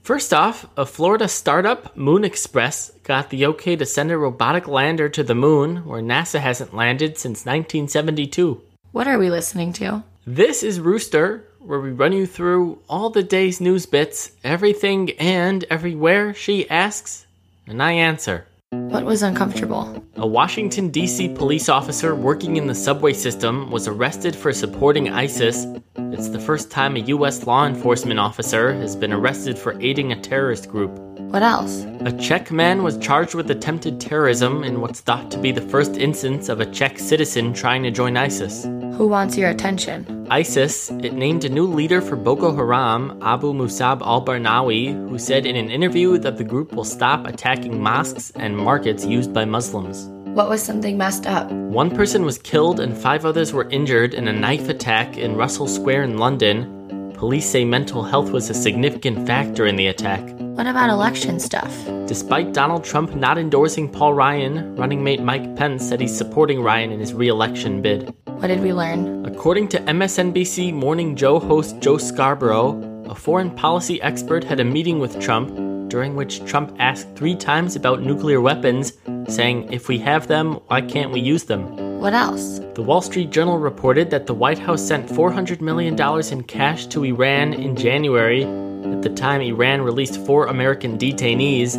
First off, a Florida startup, Moon Express, got the okay to send a robotic lander to the moon, where NASA hasn't landed since 1972. What are we listening to? This is Rooster, where we run you through all the day's news bits, everything and everywhere she asks, and I answer. What was uncomfortable? A Washington, D.C. police officer working in the subway system was arrested for supporting ISIS. It's the first time a U.S. law enforcement officer has been arrested for aiding a terrorist group. What else? A Czech man was charged with attempted terrorism in what's thought to be the first instance of a Czech citizen trying to join ISIS. Who wants your attention? ISIS, it named a new leader for Boko Haram, Abu Musab al Barnawi, who said in an interview that the group will stop attacking mosques and markets used by Muslims. What was something messed up? One person was killed and five others were injured in a knife attack in Russell Square in London. Police say mental health was a significant factor in the attack. What about election stuff? Despite Donald Trump not endorsing Paul Ryan, running mate Mike Pence said he's supporting Ryan in his re election bid. What did we learn? According to MSNBC Morning Joe host Joe Scarborough, a foreign policy expert had a meeting with Trump during which Trump asked three times about nuclear weapons, saying, If we have them, why can't we use them? What else? The Wall Street Journal reported that the White House sent $400 million in cash to Iran in January. At the time, Iran released four American detainees.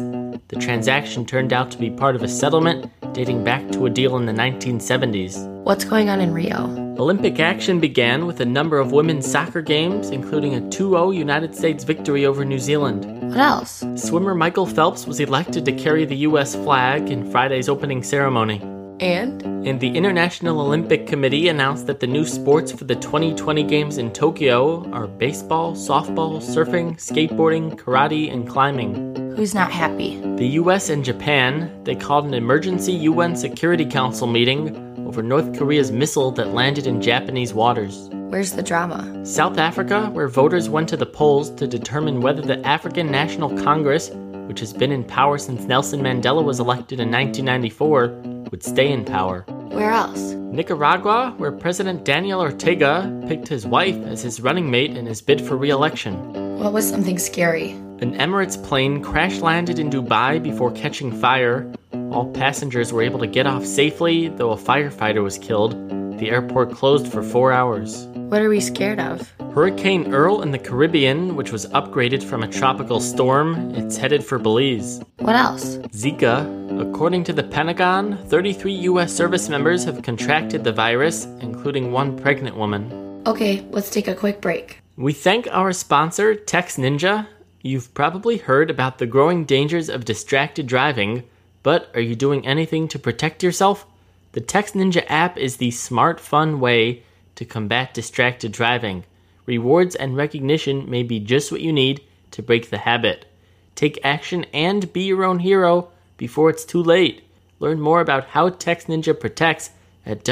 The transaction turned out to be part of a settlement dating back to a deal in the 1970s. What's going on in Rio? Olympic action began with a number of women's soccer games, including a 2 0 United States victory over New Zealand. What else? Swimmer Michael Phelps was elected to carry the U.S. flag in Friday's opening ceremony. And? And the International Olympic Committee announced that the new sports for the 2020 Games in Tokyo are baseball, softball, surfing, skateboarding, karate, and climbing. Who's not happy? The US and Japan, they called an emergency UN Security Council meeting over North Korea's missile that landed in Japanese waters. Where's the drama? South Africa, where voters went to the polls to determine whether the African National Congress, which has been in power since Nelson Mandela was elected in 1994, would stay in power. Where else? Nicaragua, where President Daniel Ortega picked his wife as his running mate in his bid for re election. What was something scary? An Emirates plane crash landed in Dubai before catching fire. All passengers were able to get off safely, though a firefighter was killed. The airport closed for four hours. What are we scared of? Hurricane Earl in the Caribbean, which was upgraded from a tropical storm, it's headed for Belize. What else? Zika. According to the Pentagon, 33 U.S. service members have contracted the virus, including one pregnant woman. Okay, let's take a quick break. We thank our sponsor, Tex Ninja. You've probably heard about the growing dangers of distracted driving. But are you doing anything to protect yourself? The Text Ninja app is the smart, fun way to combat distracted driving. Rewards and recognition may be just what you need to break the habit. Take action and be your own hero before it's too late. Learn more about how Text Ninja protects at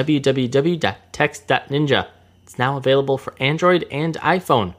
www.text.ninja. It's now available for Android and iPhone.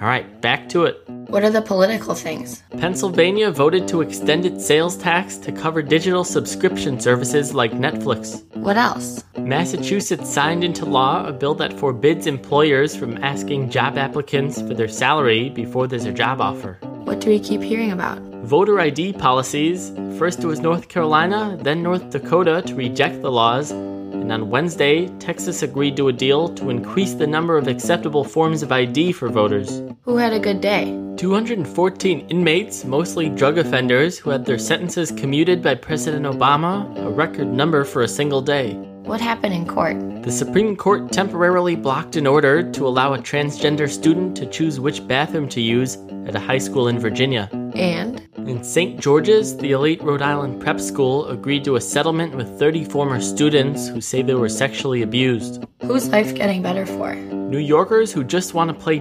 All right, back to it. What are the political things? Pennsylvania voted to extend its sales tax to cover digital subscription services like Netflix. What else? Massachusetts signed into law a bill that forbids employers from asking job applicants for their salary before there's a job offer. What do we keep hearing about? Voter ID policies. First it was North Carolina, then North Dakota to reject the laws, and on Wednesday, Texas agreed to a deal to increase the number of acceptable forms of ID for voters. Who had a good day? 214 inmates, mostly drug offenders, who had their sentences commuted by President Obama, a record number for a single day. What happened in court? The Supreme Court temporarily blocked an order to allow a transgender student to choose which bathroom to use at a high school in Virginia. And? In St. George's, the elite Rhode Island prep school agreed to a settlement with 30 former students who say they were sexually abused. Who's life getting better for? New Yorkers who just want to play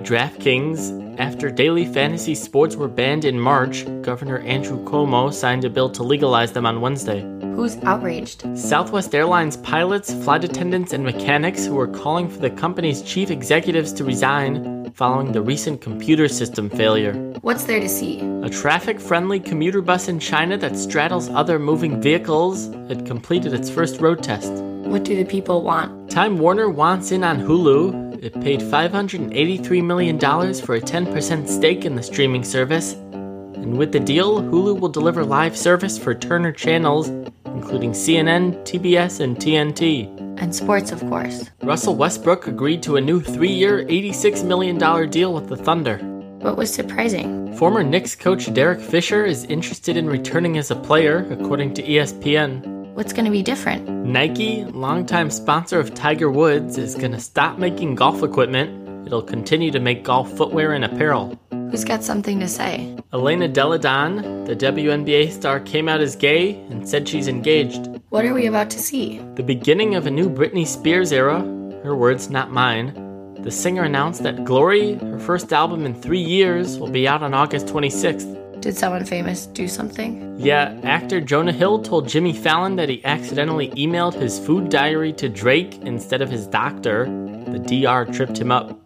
DraftKings. After daily fantasy sports were banned in March, Governor Andrew Cuomo signed a bill to legalize them on Wednesday. Who's outraged? Southwest Airlines pilots, flight attendants, and mechanics who are calling for the company's chief executives to resign following the recent computer system failure. What's there to see? A traffic friendly commuter bus in China that straddles other moving vehicles had completed its first road test. What do the people want? Time Warner wants in on Hulu. It paid $583 million for a 10% stake in the streaming service. And with the deal, Hulu will deliver live service for Turner channels, including CNN, TBS, and TNT. And sports, of course. Russell Westbrook agreed to a new three year, $86 million deal with the Thunder. What was surprising? Former Knicks coach Derek Fisher is interested in returning as a player, according to E ESPN. What's going to be different? Nike, longtime sponsor of Tiger Woods, is going to stop making golf equipment. It'll continue to make golf footwear and apparel. Who's got something to say? Elena Deladon, the WNBA star, came out as gay and said she's engaged. What are we about to see? The beginning of a new Britney Spears era, her words, not mine. The singer announced that Glory, her first album in three years, will be out on August 26th. Did someone famous do something? Yeah, actor Jonah Hill told Jimmy Fallon that he accidentally emailed his food diary to Drake instead of his doctor. The DR tripped him up.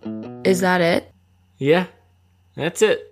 Is that it? Yeah, that's it.